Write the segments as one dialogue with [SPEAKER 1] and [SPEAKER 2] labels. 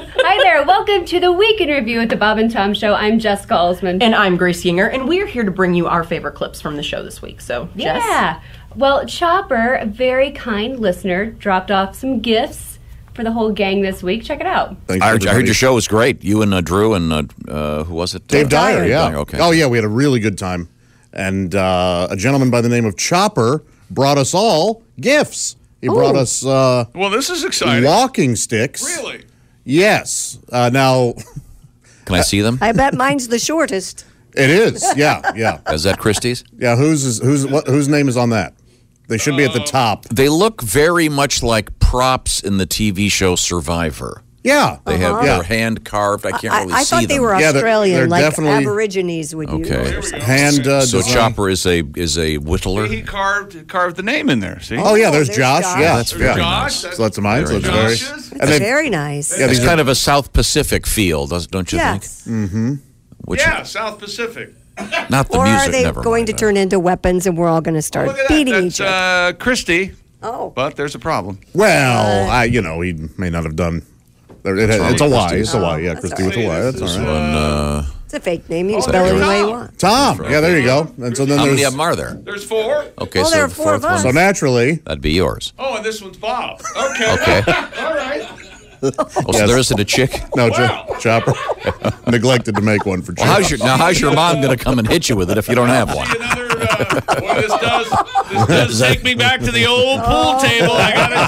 [SPEAKER 1] Hi there. Welcome to the Week in Review at the Bob and Tom Show. I'm Jessica Alsman.
[SPEAKER 2] And I'm Grace Yinger, and we are here to bring you our favorite clips from the show this week. So, Jess,
[SPEAKER 1] Yeah. Well, Chopper, a very kind listener, dropped off some gifts for the whole gang this week. Check it out.
[SPEAKER 3] Thanks,
[SPEAKER 4] I heard, I heard
[SPEAKER 3] everybody.
[SPEAKER 4] your show was great. You and uh, Drew and uh, uh, who was it?
[SPEAKER 3] Dave
[SPEAKER 4] Uh,
[SPEAKER 3] Dyer, yeah.
[SPEAKER 4] okay.
[SPEAKER 3] Oh, yeah, we had a really good time. And uh, a gentleman by the name of Chopper brought us all gifts. He brought us uh,
[SPEAKER 5] Well, this is exciting.
[SPEAKER 3] walking sticks.
[SPEAKER 5] Really?
[SPEAKER 3] Yes. Uh, now,
[SPEAKER 4] Can I see them?
[SPEAKER 6] I bet mine's the shortest.
[SPEAKER 3] it is. Yeah, yeah.
[SPEAKER 4] Is that Christie's?
[SPEAKER 3] Yeah, whose, is, whose, what, whose name is on that? They should be
[SPEAKER 4] Uh,
[SPEAKER 3] at the top.
[SPEAKER 4] They look very much like props in the TV show Survivor.
[SPEAKER 3] Yeah.
[SPEAKER 4] They have
[SPEAKER 3] Uh-huh. Yeah.
[SPEAKER 4] their hand carved. I can't
[SPEAKER 6] I,
[SPEAKER 4] really
[SPEAKER 6] I
[SPEAKER 4] see
[SPEAKER 6] thought they
[SPEAKER 4] them.
[SPEAKER 6] were
[SPEAKER 3] Yeah, they're-
[SPEAKER 6] Australian,
[SPEAKER 3] they're
[SPEAKER 6] like
[SPEAKER 3] definitely-
[SPEAKER 6] Aborigines would use.
[SPEAKER 4] Okay.
[SPEAKER 6] or something.
[SPEAKER 3] Hand uh,
[SPEAKER 4] so
[SPEAKER 3] design.
[SPEAKER 4] Chopper is a is a whittler.
[SPEAKER 5] He carved carved the name in there. See?
[SPEAKER 3] Oh, yeah, there's,
[SPEAKER 6] there's
[SPEAKER 3] Josh.
[SPEAKER 6] Josh.
[SPEAKER 3] Yeah.
[SPEAKER 4] That's
[SPEAKER 3] yeah.
[SPEAKER 4] very
[SPEAKER 5] nice.
[SPEAKER 3] So that's mine. So
[SPEAKER 4] Very
[SPEAKER 3] it's very.
[SPEAKER 4] nice.
[SPEAKER 5] Josh's.
[SPEAKER 3] And they,
[SPEAKER 6] Very nice.
[SPEAKER 3] yeah,
[SPEAKER 4] It's
[SPEAKER 3] these
[SPEAKER 4] kind of a South Pacific feel, does- don't you
[SPEAKER 6] yes.
[SPEAKER 4] think? Which
[SPEAKER 5] Yeah, South Pacific.
[SPEAKER 4] not the
[SPEAKER 6] Or
[SPEAKER 4] music.
[SPEAKER 6] are they
[SPEAKER 4] never
[SPEAKER 6] going
[SPEAKER 4] mind.
[SPEAKER 6] to turn into weapons and we're all going to start
[SPEAKER 5] Look at that.
[SPEAKER 6] beating
[SPEAKER 5] That's
[SPEAKER 6] each other?
[SPEAKER 5] uh, Christy,
[SPEAKER 6] oh.
[SPEAKER 5] but there's a problem.
[SPEAKER 3] well, I, you know, he may not have done. there- It,
[SPEAKER 4] wrong
[SPEAKER 3] it's a
[SPEAKER 4] with
[SPEAKER 3] lie.
[SPEAKER 4] Christie?
[SPEAKER 3] It's a lie. Yeah,
[SPEAKER 6] that's
[SPEAKER 3] Christy
[SPEAKER 6] all
[SPEAKER 3] with a lie. Oh, That's all
[SPEAKER 5] This
[SPEAKER 3] right.
[SPEAKER 5] is,
[SPEAKER 4] And, uh,
[SPEAKER 6] It's a fake name. You can
[SPEAKER 5] Oh,
[SPEAKER 6] spell it
[SPEAKER 5] there
[SPEAKER 6] any way
[SPEAKER 5] you
[SPEAKER 6] you
[SPEAKER 5] go.
[SPEAKER 6] want.
[SPEAKER 3] Tom.
[SPEAKER 4] That's
[SPEAKER 3] Yeah, there you
[SPEAKER 5] right.
[SPEAKER 3] go. And so then
[SPEAKER 4] how many
[SPEAKER 3] there's
[SPEAKER 4] of them are there?
[SPEAKER 5] There's four.
[SPEAKER 4] Okay,
[SPEAKER 6] Well,
[SPEAKER 4] so
[SPEAKER 6] there are
[SPEAKER 4] the
[SPEAKER 6] four of
[SPEAKER 4] fourth one-
[SPEAKER 6] us.
[SPEAKER 3] so naturally
[SPEAKER 4] that'd be yours.
[SPEAKER 5] Oh, and this one's Bob. Okay.
[SPEAKER 4] Okay.
[SPEAKER 5] All right.
[SPEAKER 4] Oh, so
[SPEAKER 3] Yes.
[SPEAKER 4] there isn't a chick.
[SPEAKER 3] no
[SPEAKER 5] Wow.
[SPEAKER 3] Ch- Chopper neglected to make one for
[SPEAKER 4] Well,
[SPEAKER 3] Chopper.
[SPEAKER 4] how's your now? How's your mom going to come and hit you with it if you don't have one?
[SPEAKER 5] Another. Uh, boy, this does. This does take me back to the old pool table. I gotta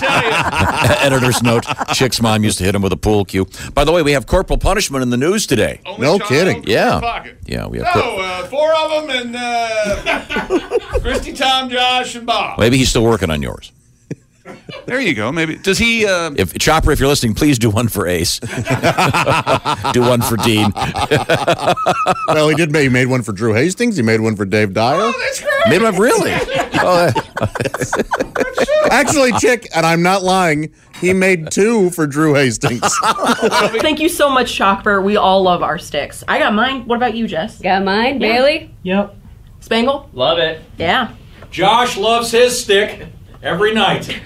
[SPEAKER 5] tell you.
[SPEAKER 4] Editor's note: Chick's mom used to hit him with a pool cue. By the way, we have corporal punishment in the news today.
[SPEAKER 5] Only
[SPEAKER 3] No
[SPEAKER 5] child
[SPEAKER 3] kidding.
[SPEAKER 5] in your
[SPEAKER 4] Yeah,
[SPEAKER 5] Pocket.
[SPEAKER 4] yeah, we
[SPEAKER 5] No,
[SPEAKER 4] have. Cor-
[SPEAKER 5] uh, four of them, and uh, Christy, Tom, Josh, and Bob.
[SPEAKER 4] Maybe he's still working on yours.
[SPEAKER 5] There you go. Maybe does he? Uh,
[SPEAKER 4] If Chopper, if you're listening, please do one for Ace. do one for Dean.
[SPEAKER 3] well, he did. Make, he made one for Drew Hastings. He made one for Dave Dyer.
[SPEAKER 5] Oh, that's great.
[SPEAKER 4] Maybe I'm really. Oh,
[SPEAKER 3] Actually, Chick, and I'm not lying. He made two for Drew Hastings.
[SPEAKER 2] thank you so much, Chopper. We all love our sticks. I got mine. What about you, Jess?
[SPEAKER 1] Got mine, Bailey?
[SPEAKER 2] Yep. Spangle?
[SPEAKER 7] Love it.
[SPEAKER 2] Yeah.
[SPEAKER 7] Josh loves his stick every night.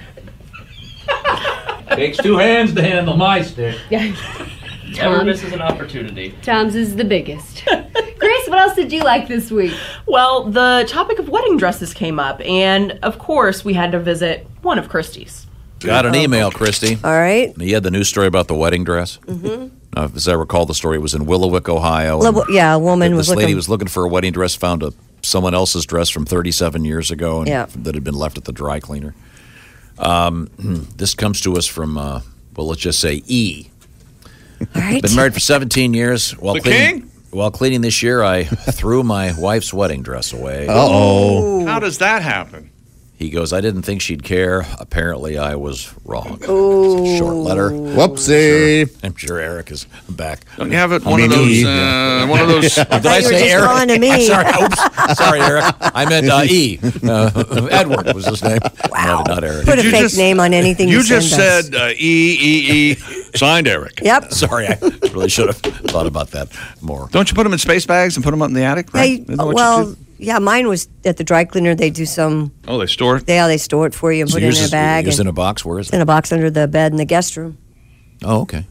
[SPEAKER 7] Takes two hands to handle my stick. Never misses an opportunity.
[SPEAKER 1] Tom's is the biggest. Grace, what else did you like this week?
[SPEAKER 2] Well, the topic of wedding dresses came up, and of course, we had to visit one of Christie's.
[SPEAKER 4] got an email, Christy.
[SPEAKER 6] All right.
[SPEAKER 4] He had the news story about the wedding dress. Mm-hmm. as I recall, the story it was in Willowick, Ohio. and
[SPEAKER 6] Well, yeah, a woman
[SPEAKER 4] this
[SPEAKER 6] was looking.
[SPEAKER 4] lady was looking for a wedding dress, found a someone else's dress from 37 years ago and
[SPEAKER 6] Yeah.
[SPEAKER 4] that had been left at the dry cleaner. Um, this comes to us from, uh, well, let's just say E.
[SPEAKER 6] all right.
[SPEAKER 4] Been married for 17 years. While
[SPEAKER 5] The
[SPEAKER 4] cleaning,
[SPEAKER 5] king?
[SPEAKER 4] While cleaning this year, I threw my wife's wedding dress away.
[SPEAKER 3] Oh,
[SPEAKER 5] How does that happen?
[SPEAKER 4] He goes, I didn't think she'd care. Apparently, I was wrong. It's a short letter.
[SPEAKER 3] whoopsie!
[SPEAKER 4] I'm sure Eric is back.
[SPEAKER 5] Don't you have it one
[SPEAKER 3] mean,
[SPEAKER 5] of those?
[SPEAKER 3] he-
[SPEAKER 5] Uh, one of those.
[SPEAKER 4] Oh, Did I
[SPEAKER 6] you were
[SPEAKER 4] say
[SPEAKER 6] just
[SPEAKER 4] Eric?
[SPEAKER 6] calling to me.
[SPEAKER 4] I'm sorry, oops. sorry, Eric. I meant uh, E. Uh, Edward was his name. Wow. not Eric.
[SPEAKER 6] Put a
[SPEAKER 5] you
[SPEAKER 6] fake
[SPEAKER 5] just-
[SPEAKER 6] name on anything you,
[SPEAKER 5] You just
[SPEAKER 6] send us.
[SPEAKER 5] said uh, E E E. Signed Eric.
[SPEAKER 6] Yep.
[SPEAKER 4] Sorry, I really should have thought about that more.
[SPEAKER 5] Don't you put them in space bags and put them up in the attic? Right?
[SPEAKER 6] They,
[SPEAKER 5] Isn't that what you
[SPEAKER 6] well,
[SPEAKER 5] do?
[SPEAKER 6] yeah, mine was at the dry cleaner. They do some.
[SPEAKER 5] oh, they store. it?
[SPEAKER 6] They how they store it for you and
[SPEAKER 4] So
[SPEAKER 6] put it
[SPEAKER 4] yours
[SPEAKER 6] in a
[SPEAKER 4] is,
[SPEAKER 6] bag
[SPEAKER 4] yours
[SPEAKER 6] and
[SPEAKER 4] in a box. Where is
[SPEAKER 6] in
[SPEAKER 4] it?
[SPEAKER 6] a box under the bed in the guest room.
[SPEAKER 4] Oh, okay.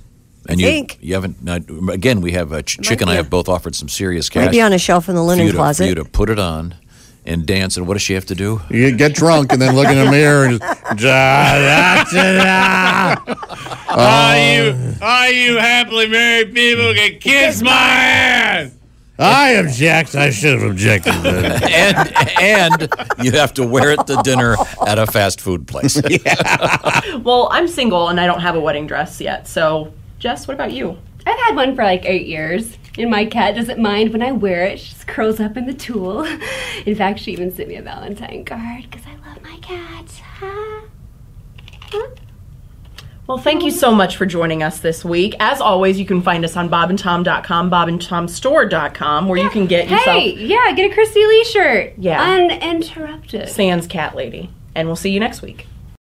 [SPEAKER 4] And
[SPEAKER 6] I
[SPEAKER 4] you,
[SPEAKER 6] think.
[SPEAKER 4] you haven't. Now, again, we have uh, Ch- Chick and I
[SPEAKER 6] be
[SPEAKER 4] have
[SPEAKER 6] a-
[SPEAKER 4] both offered some serious cash.
[SPEAKER 6] Might be on a shelf in the
[SPEAKER 4] for
[SPEAKER 6] linen
[SPEAKER 4] you to,
[SPEAKER 6] closet.
[SPEAKER 4] For you to put it on and dance. And what does she have to do?
[SPEAKER 3] You get drunk and then look in the mirror and. just-
[SPEAKER 5] Are you are you happily married people can kiss my ass?
[SPEAKER 3] I object. I should have objected.
[SPEAKER 4] And and you have to wear it to dinner at a fast food place.
[SPEAKER 2] Well, I'm single and I don't have a wedding dress yet, so Jess, what about you?
[SPEAKER 1] I've had one for like eight years, and my cat doesn't mind when I wear it. She just curls up in the tulle. In fact, she even sent me a Valentine card because I love my cat. Huh?
[SPEAKER 2] Well, thank you so much for joining us this week. As always, you can find us on bobandtom.com, bobandtomstore.com, where you can get
[SPEAKER 1] Hey,
[SPEAKER 2] yourself
[SPEAKER 1] yeah, get a Christy Lee shirt.
[SPEAKER 2] Yeah.
[SPEAKER 1] Uninterrupted.
[SPEAKER 2] Sans Cat Lady. And we'll see you next week.